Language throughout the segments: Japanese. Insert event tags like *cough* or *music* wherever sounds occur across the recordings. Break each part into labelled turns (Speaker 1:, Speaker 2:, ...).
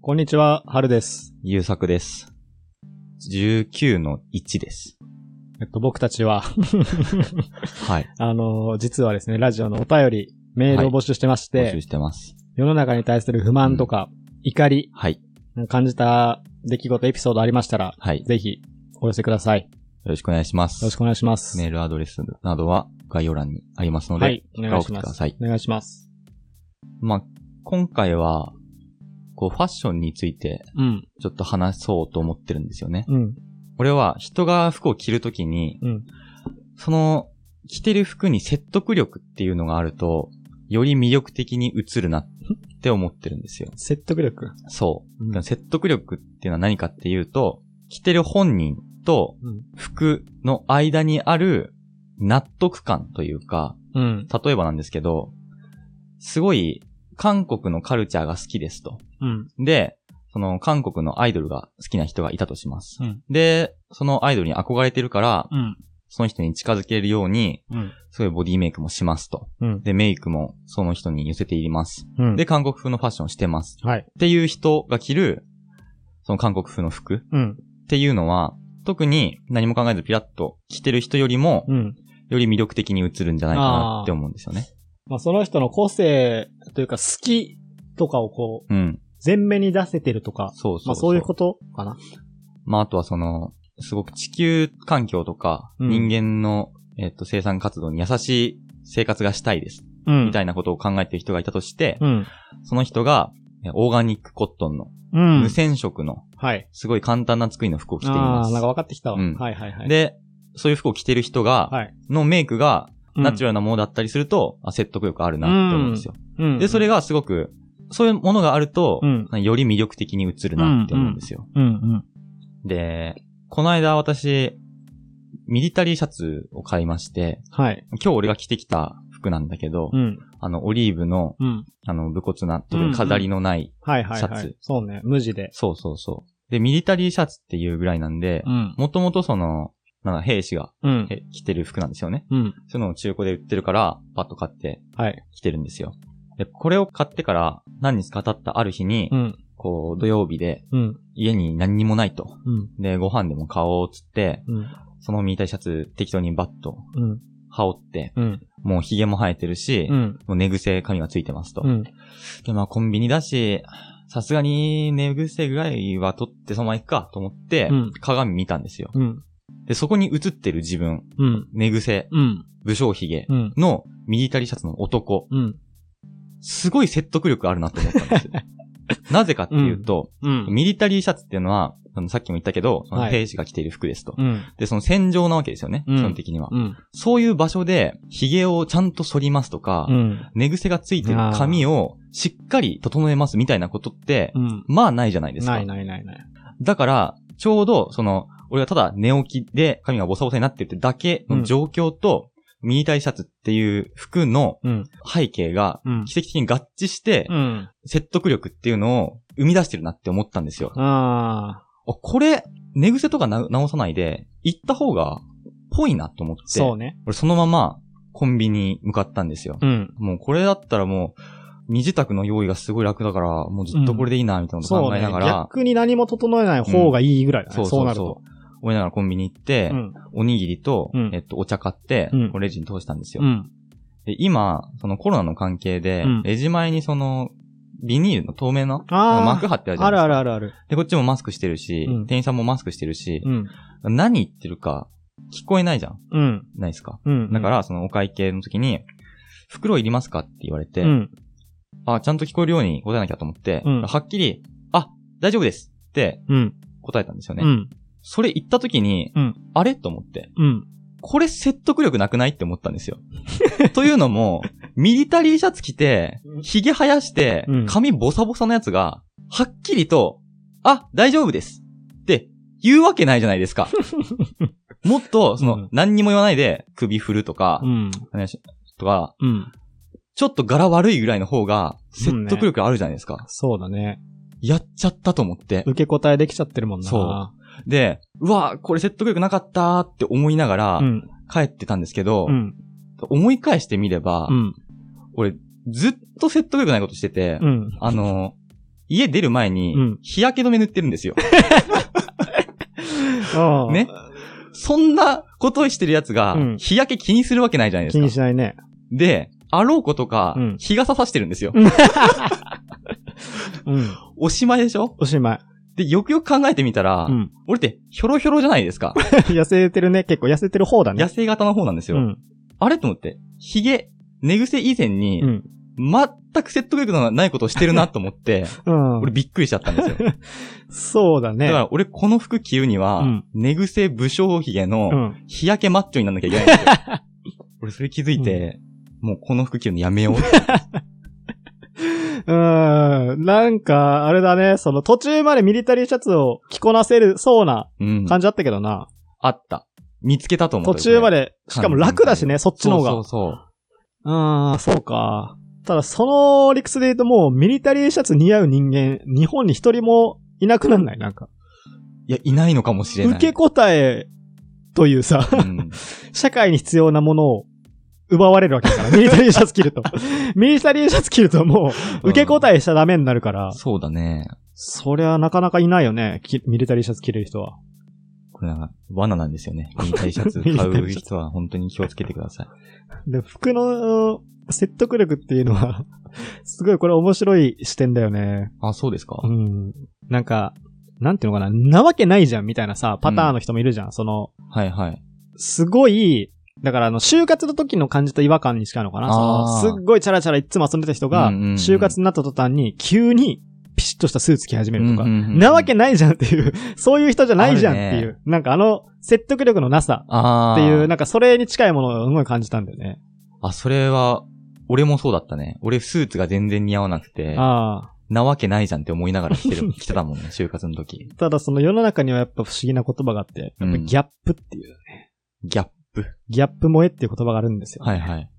Speaker 1: こんにちは、はるです。
Speaker 2: 優作です。19の1です。
Speaker 1: えっと、僕たちは、 *laughs*
Speaker 2: はい。
Speaker 1: あの、実はですね、ラジオのお便り、メールを募集してまして、
Speaker 2: 募集してます。
Speaker 1: 世の中に対する不満とか、怒り、
Speaker 2: はい。
Speaker 1: 感じた出来事、エピソードありましたら、
Speaker 2: はい。よ
Speaker 1: ぜひ、お寄せください。よ
Speaker 2: ろしくお願いします。
Speaker 1: ろしくお願いします。
Speaker 2: メールアドレスなどは概要欄にありますので、
Speaker 1: はい、お願いし
Speaker 2: 送って
Speaker 1: ま
Speaker 2: くだ
Speaker 1: す。
Speaker 2: さい。
Speaker 1: お願いします。
Speaker 2: まあ、今回は、こう、ファッションについて、
Speaker 1: うん、
Speaker 2: ちょっと話そうと思ってるんですよね。
Speaker 1: うん、
Speaker 2: 俺は、人が服を着るときに、
Speaker 1: うん。
Speaker 2: その、着てる服に説得力っていうのがあると、より魅力的に映るなって思ってるんですよ。
Speaker 1: 説得力。
Speaker 2: そう。
Speaker 1: うん
Speaker 2: でも説得力っていうのは何かっていうと、着てる本人と
Speaker 1: うん
Speaker 2: 服の間にある納得感というか、
Speaker 1: うん、
Speaker 2: 例えばなんですけど、すごい韓国のカルチャーが好きですと。
Speaker 1: うん、
Speaker 2: で、その韓国のアイドルが好きな人がいたとします。
Speaker 1: うん
Speaker 2: で、そのアイドルに憧れてるから、
Speaker 1: うん、
Speaker 2: その人に近づけるように、
Speaker 1: うん、
Speaker 2: すごいボディメイクもしますと。
Speaker 1: うん、
Speaker 2: で、メイクもその人に寄せていります。
Speaker 1: うん。
Speaker 2: で、、韓国風のファッションしてます。
Speaker 1: はい。
Speaker 2: っていう人が着る、その韓国風の服っ
Speaker 1: うん、
Speaker 2: ていうのは、特に何も考えずピラッと着てる人よりも
Speaker 1: う、ん。
Speaker 2: より魅力的に映るんじゃないかなって思うんですよね。
Speaker 1: まあ、その人の個性というか、好きとかをこう、
Speaker 2: うん。
Speaker 1: 前面に出せてるとか、
Speaker 2: そうそうそう。。
Speaker 1: まあ、そういうこととかな。
Speaker 2: まあ、あとはその、すごく地球環境とか、
Speaker 1: うん
Speaker 2: 人間の、えっと、生産活動に優しい生活がしたいです。
Speaker 1: うん
Speaker 2: みたいなことを考えてる人がいたとして、
Speaker 1: うん。
Speaker 2: その人が、えオーガニックコットンの、
Speaker 1: うん。
Speaker 2: 無染色の、
Speaker 1: はい。
Speaker 2: すごい簡単な作りの服を着てい
Speaker 1: あ
Speaker 2: ま
Speaker 1: あー、
Speaker 2: す。
Speaker 1: なんか分かってきたわ。
Speaker 2: うん
Speaker 1: はいはいはい。、
Speaker 2: で、そういう服を着てる人が、
Speaker 1: はい。
Speaker 2: のメイクが、ナチュ
Speaker 1: ラ
Speaker 2: ラルなものだったりすると、あ説得力あるなって思うんですよ。
Speaker 1: ル。うん。
Speaker 2: で、それ
Speaker 1: が、
Speaker 2: がすごく、そういうものがあると
Speaker 1: う、ん。
Speaker 2: より魅力的に映るなって思うんですよ。
Speaker 1: うんうん。
Speaker 2: で、この間私、ミリタリーシャツを買いまして、
Speaker 1: はい。
Speaker 2: 今日俺が着てきた服なんだけど、
Speaker 1: うん。
Speaker 2: あの、オリーブの、
Speaker 1: うん。
Speaker 2: あの、武骨な、特
Speaker 1: うんうん
Speaker 2: に飾りのない、
Speaker 1: はいはいはい。
Speaker 2: シャツ
Speaker 1: そうね。無地で。
Speaker 2: そうそうそう。で、ミリタリーシャツっていうぐらいなんで、
Speaker 1: ん。
Speaker 2: もともとその、なんか兵士が
Speaker 1: うん。
Speaker 2: え着てる服なんですよね。
Speaker 1: うん。
Speaker 2: そういうのを中古で売ってるから、パッと買って
Speaker 1: はい。
Speaker 2: 着てるんですよ。で、これを買ってから何日か経ったある日に、
Speaker 1: うん。
Speaker 2: こう、土曜日で
Speaker 1: うん。
Speaker 2: 家に何にもないと。
Speaker 1: うん。
Speaker 2: で、ご飯でも買おうっつって、
Speaker 1: うん。
Speaker 2: そのミリタリーシャツ適当にバッと
Speaker 1: うん。
Speaker 2: 羽織って、
Speaker 1: うん。
Speaker 2: もう髭も生えてるし、
Speaker 1: うん。
Speaker 2: もう寝癖髪がついてますと。
Speaker 1: うん。
Speaker 2: で、まあコンビニだし、さすがに寝癖ぐらいは取ってそのまま行くかと思って、
Speaker 1: うん
Speaker 2: 鏡見たんですよ。
Speaker 1: うん。
Speaker 2: で、そこに映ってる自分、
Speaker 1: うん。
Speaker 2: 寝癖、
Speaker 1: うん。
Speaker 2: 武将髭
Speaker 1: うん。
Speaker 2: のミリタリーシャツの男、
Speaker 1: うん。
Speaker 2: すごい説得力あるなと思った
Speaker 1: *laughs*
Speaker 2: んですよ。なぜかっていうと、
Speaker 1: うん。
Speaker 2: ミリタリーシャツっていうのは、あのさっきも言ったけど、その
Speaker 1: はい
Speaker 2: 兵士が着ている服ですと。
Speaker 1: うん。
Speaker 2: で、その戦場なわけですよね、
Speaker 1: うん
Speaker 2: 基本的には。
Speaker 1: うん。
Speaker 2: そういう場所で、髭をちゃんと剃りますとか、
Speaker 1: うん。
Speaker 2: 寝癖がついてる髪をしっかり整えますみたいなことって、
Speaker 1: うん。
Speaker 2: まあないじゃないですか。
Speaker 1: ないないないない。
Speaker 2: だから、ちょうど、その、俺はただ寝起きで髪がボサボサになってるってだけの状況と、ミリタリーシャツっていう服の
Speaker 1: うん。
Speaker 2: 背景が、
Speaker 1: うん。
Speaker 2: 奇跡的に合致して、
Speaker 1: うん。
Speaker 2: 説得力っていうのを生み出してるなって思ったんですよ。
Speaker 1: あ
Speaker 2: あ
Speaker 1: あ、
Speaker 2: これ、寝癖とかな直さないで、行った方が、ぽいなと思って、
Speaker 1: そうね。
Speaker 2: 俺そのままコンビニ向かったんですよ。
Speaker 1: うん。
Speaker 2: もうこれだったらもう、身支度の用意がすごい楽だから、もうずっとこれでいいな、みたいなこと
Speaker 1: そう
Speaker 2: 考え
Speaker 1: ね。
Speaker 2: ながら、
Speaker 1: 逆に何も整えない方がいいぐらいだね。
Speaker 2: うん
Speaker 1: そ
Speaker 2: そうう
Speaker 1: な
Speaker 2: そ
Speaker 1: る
Speaker 2: う
Speaker 1: と
Speaker 2: そ。思いながらコンビニ行って、
Speaker 1: うん。
Speaker 2: おにぎりと、
Speaker 1: うん
Speaker 2: えっと、お茶買って、
Speaker 1: うん
Speaker 2: こうレジに通したんですよ。
Speaker 1: うん。
Speaker 2: で今、そのコロナの関係で、
Speaker 1: うん
Speaker 2: レジ前にその、ビニールの透明な
Speaker 1: あー
Speaker 2: 膜貼ってあるじゃないですか。
Speaker 1: あるあるあるある。
Speaker 2: で、こっちもマスクしてるし、
Speaker 1: うん
Speaker 2: 店員さんもマスクしてるし
Speaker 1: う、ん。
Speaker 2: 何言ってるか聞こえないじゃん。
Speaker 1: うん。
Speaker 2: ないですか。
Speaker 1: うん。
Speaker 2: だから、そのお会計の時に、袋いりますかって言われて、
Speaker 1: うん。
Speaker 2: あ、ちゃんと聞こえるように答えなきゃと思って、
Speaker 1: うん
Speaker 2: はっきり、あ、大丈夫ですって
Speaker 1: うん。
Speaker 2: 答えたんですよね。
Speaker 1: うん。
Speaker 2: それ言った時に、
Speaker 1: うん
Speaker 2: あれと思って、
Speaker 1: うん。
Speaker 2: これ説得力なくないって思ったんですよ。 *laughs* というのも、ミリタリーシャツ着て、髭生やして
Speaker 1: うん、
Speaker 2: 髪ボサボサのやつが、はっきりと、あ、大丈夫ですって言うわけないじゃないです
Speaker 1: *laughs*
Speaker 2: か。もっと、その、
Speaker 1: うん
Speaker 2: 何にも言わないで、首振るとか
Speaker 1: う、ん。
Speaker 2: 話しとか、
Speaker 1: うん。
Speaker 2: ちょっと柄悪いぐらいの方が、説得力あるじゃないですか。
Speaker 1: そうだね。
Speaker 2: やっちゃったと思って。
Speaker 1: 受け答えできちゃってるもんな。
Speaker 2: そで、うわ、これ説得力なかったって思いながら
Speaker 1: う、ん。
Speaker 2: 帰ってたんですけど
Speaker 1: う、ん。
Speaker 2: 思い返してみれば
Speaker 1: う、ん。
Speaker 2: 俺、ずっと説得力ないことしてて
Speaker 1: う、ん。
Speaker 2: あの、家出る前に
Speaker 1: うん、
Speaker 2: 日焼け止め塗ってるんですよ。
Speaker 1: ああ
Speaker 2: ね。そんなことしてるやつが
Speaker 1: うん、
Speaker 2: 日焼け気にするわけないじゃないで
Speaker 1: 気
Speaker 2: す
Speaker 1: に
Speaker 2: か。
Speaker 1: しないね。
Speaker 2: で、あろうことか
Speaker 1: うん、
Speaker 2: 日傘さしてるんですよ。
Speaker 1: うん。
Speaker 2: おしまいでしょ
Speaker 1: おしまい。
Speaker 2: で、よくよく考えてみたら
Speaker 1: う、ん。 *laughs*
Speaker 2: 俺ってヒョロヒョロじゃないですか。
Speaker 1: 痩せてるね。結構痩せてる方だね。
Speaker 2: 野生型の方なんです
Speaker 1: う
Speaker 2: よ。
Speaker 1: ん。
Speaker 2: あれと思って、髭、寝癖以前に
Speaker 1: う、ん。
Speaker 2: 全く説得力のないことをしてるなと思って、
Speaker 1: うん。
Speaker 2: 俺びっくりしちゃったんですよ。だ
Speaker 1: そうだね。
Speaker 2: から俺この服着るには
Speaker 1: うん、
Speaker 2: 寝癖武将髭の
Speaker 1: うん。
Speaker 2: 日焼けマッチョにならなきゃいけないんですよ。
Speaker 1: *laughs*
Speaker 2: 俺それ気づいて、もうこの服着るのやめよう。
Speaker 1: うん。なんか、あれだね。その途中までミリタリーシャツを着こなせるそうな
Speaker 2: うん。
Speaker 1: 感じだったけどな。
Speaker 2: あった。見つけたと思った
Speaker 1: 途中ま
Speaker 2: で。
Speaker 1: で、しかも楽だしね、そっちの方
Speaker 2: そう
Speaker 1: が。
Speaker 2: そうそう。
Speaker 1: ああ、そうか。ただ、その理屈で言うともう、ミリタリーシャツ似合う人間、日本に一人もいなくなんないなんか。
Speaker 2: いや、いないのかもしれない。
Speaker 1: 受け答えというさ、 *laughs*
Speaker 2: うん
Speaker 1: 社会に必要なものを奪われるわけだ
Speaker 2: *laughs*
Speaker 1: から、ミリタリーシャツ着ると。ミリタリーシャツ着るともう、受け答えしちゃダメになるから、
Speaker 2: そうだね。
Speaker 1: そりゃなかなかいないよね、きミリタリーシャツ着れる人は。
Speaker 2: これは罠なんですよね。ミリタリーシ
Speaker 1: *laughs*
Speaker 2: ャツ買う人は本当に気をつけてください。
Speaker 1: で、服の説得力っていうのは、すごいこれ面白い視点だよね。
Speaker 2: あ、そうですか
Speaker 1: うん。なんか、なんていうのかな、なわけないじゃんみたいなさ、パターンの人もいるじゃん。その、
Speaker 2: はいはい。
Speaker 1: すごい、だからあの、就活の時の感じと違和感に近いのかな。そ
Speaker 2: あー
Speaker 1: の、すっごいチャラチャラいっつも遊んでた人が、
Speaker 2: うんうんうん
Speaker 1: 就活になった途端に、急に、ピシッとしたスーツ着始めるとか。
Speaker 2: うんうんうん
Speaker 1: なわけないじゃんっていう、 *laughs* そういう人じゃないじゃんって
Speaker 2: あ
Speaker 1: い
Speaker 2: る
Speaker 1: う、なんかあの、説得力のなさ
Speaker 2: ああ。
Speaker 1: っていう、なんかそれに近いものをすごい感じたんだよね。
Speaker 2: あ、それは、俺もそうだったね。俺スーツが全然似合わなくて、
Speaker 1: あ
Speaker 2: なわけないじゃんって思いながら着てる、着てたもんね、就活の時
Speaker 1: あ。。ただその世の中にはやっぱ不思議な言葉があって、やっぱギャップっていう、
Speaker 2: ギャップ。
Speaker 1: ギャップ萌えっていう言葉があるんですよ。
Speaker 2: はいはい。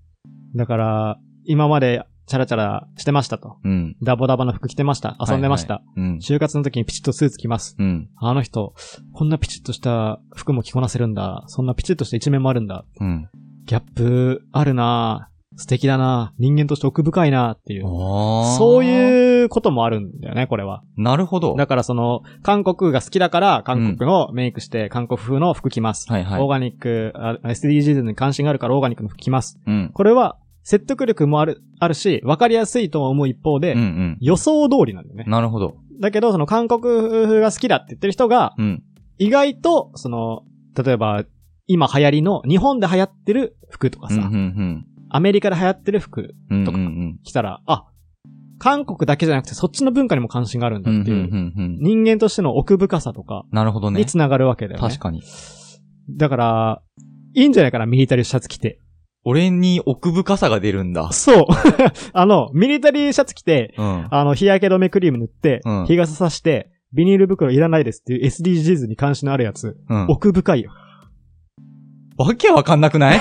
Speaker 1: だから、今までチャラチャラしてましたと。
Speaker 2: うん。
Speaker 1: ダボダボの服着てました。遊んでました。
Speaker 2: はいはい。うん。
Speaker 1: 就活の時にピチッとスーツ着ます。
Speaker 2: うん。
Speaker 1: あの人、こんなピチッとした服も着こなせるんだ。そんなピチッとした一面もあるんだ。
Speaker 2: うん。
Speaker 1: ギャップあるなぁ素敵だなぁ人間として奥深いなぁっていう。
Speaker 2: ああ。
Speaker 1: そう
Speaker 2: う。
Speaker 1: いうこともあるんだよね、これは。
Speaker 2: なるほど。
Speaker 1: だからその、韓国が好きだから、韓国のメイクして、韓国風の服着ます。
Speaker 2: はいはい
Speaker 1: オーガニック、あ SDGs に関心があるからオーガニックの服着ます。
Speaker 2: うん。
Speaker 1: これは説得力もある、あるし、わかりやすいとも思う一方で、
Speaker 2: うんうん。
Speaker 1: 予想通りなんだよね。
Speaker 2: なるほど。
Speaker 1: だけど、その韓国風が好きだって言ってる人が、
Speaker 2: うん。
Speaker 1: 意外と、その、例えば、今流行りの、日本で流行ってる服とか
Speaker 2: う
Speaker 1: さ、
Speaker 2: んうん
Speaker 1: アメリカで流行ってる服
Speaker 2: うん。うん
Speaker 1: とか
Speaker 2: うんうん。
Speaker 1: 着たら、あ、韓国だけじゃなくてそっちの文化にも関心があるんだ
Speaker 2: うんう
Speaker 1: っ
Speaker 2: ん
Speaker 1: ていう、
Speaker 2: うんうん。
Speaker 1: 人間としての奥深さとか、
Speaker 2: なるほどね
Speaker 1: に。つながるわけだよね。
Speaker 2: 確かに。
Speaker 1: だから、いいんじゃないかな、ミリタリーシャツ着て。
Speaker 2: 俺に奥深さが出るんだ。
Speaker 1: そう。 *laughs* あの、ミリタリーシャツ着て、
Speaker 2: うん。
Speaker 1: あの、日焼け止めクリーム塗って、
Speaker 2: うん
Speaker 1: 日傘さして、ビニール袋いらないですっていう SDGs に関心のあるやつ、
Speaker 2: うん。
Speaker 1: 奥深いよ。 *laughs*
Speaker 2: わけわかんなくない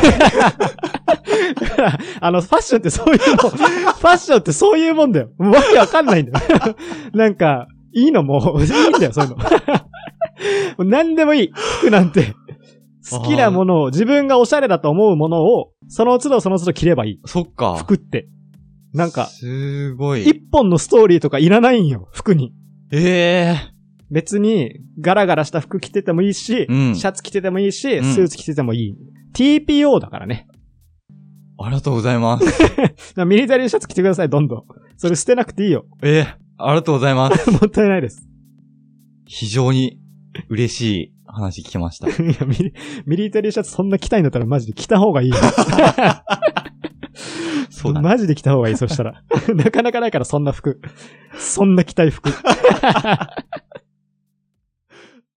Speaker 1: だからあの、ファッションってそういう
Speaker 2: *laughs*
Speaker 1: の、ファッションってそういうもんだよ。わけわかんないんだよ。 *laughs* なんか、いいのもう、いいんだよ、そういうの。もう *laughs* 何でもいい。服なんて。好きなものを、自分がおしゃれだと思うものを、その都度その都度着ればいい。
Speaker 2: *laughs* そっか。
Speaker 1: 服って。なんか、
Speaker 2: すご
Speaker 1: 一
Speaker 2: い。
Speaker 1: 本のストーリーとかいらないんよ、服に。
Speaker 2: ええ
Speaker 1: 別に、ガラガラした服着ててもいいし、
Speaker 2: うん
Speaker 1: シャツ着ててもいいし、
Speaker 2: うん
Speaker 1: スーツ着ててもいい。TPO だからね。 *laughs*
Speaker 2: ありがとうございます。
Speaker 1: だからミリタリーシャツ着てください、どんどん。それ捨てなくていいよ。 *laughs*
Speaker 2: ええありがとうございます。
Speaker 1: もったいないです。 *laughs*
Speaker 2: 非常に嬉しい話聞きました。
Speaker 1: いやミリ、ミリタリーシャツそんな着たいんだったらマジで着た方がいいよ。
Speaker 2: *laughs* そうだね。
Speaker 1: マジで着た *laughs* 方がいい、そしたら。なかなかないから、そんな服。そんな着たい服。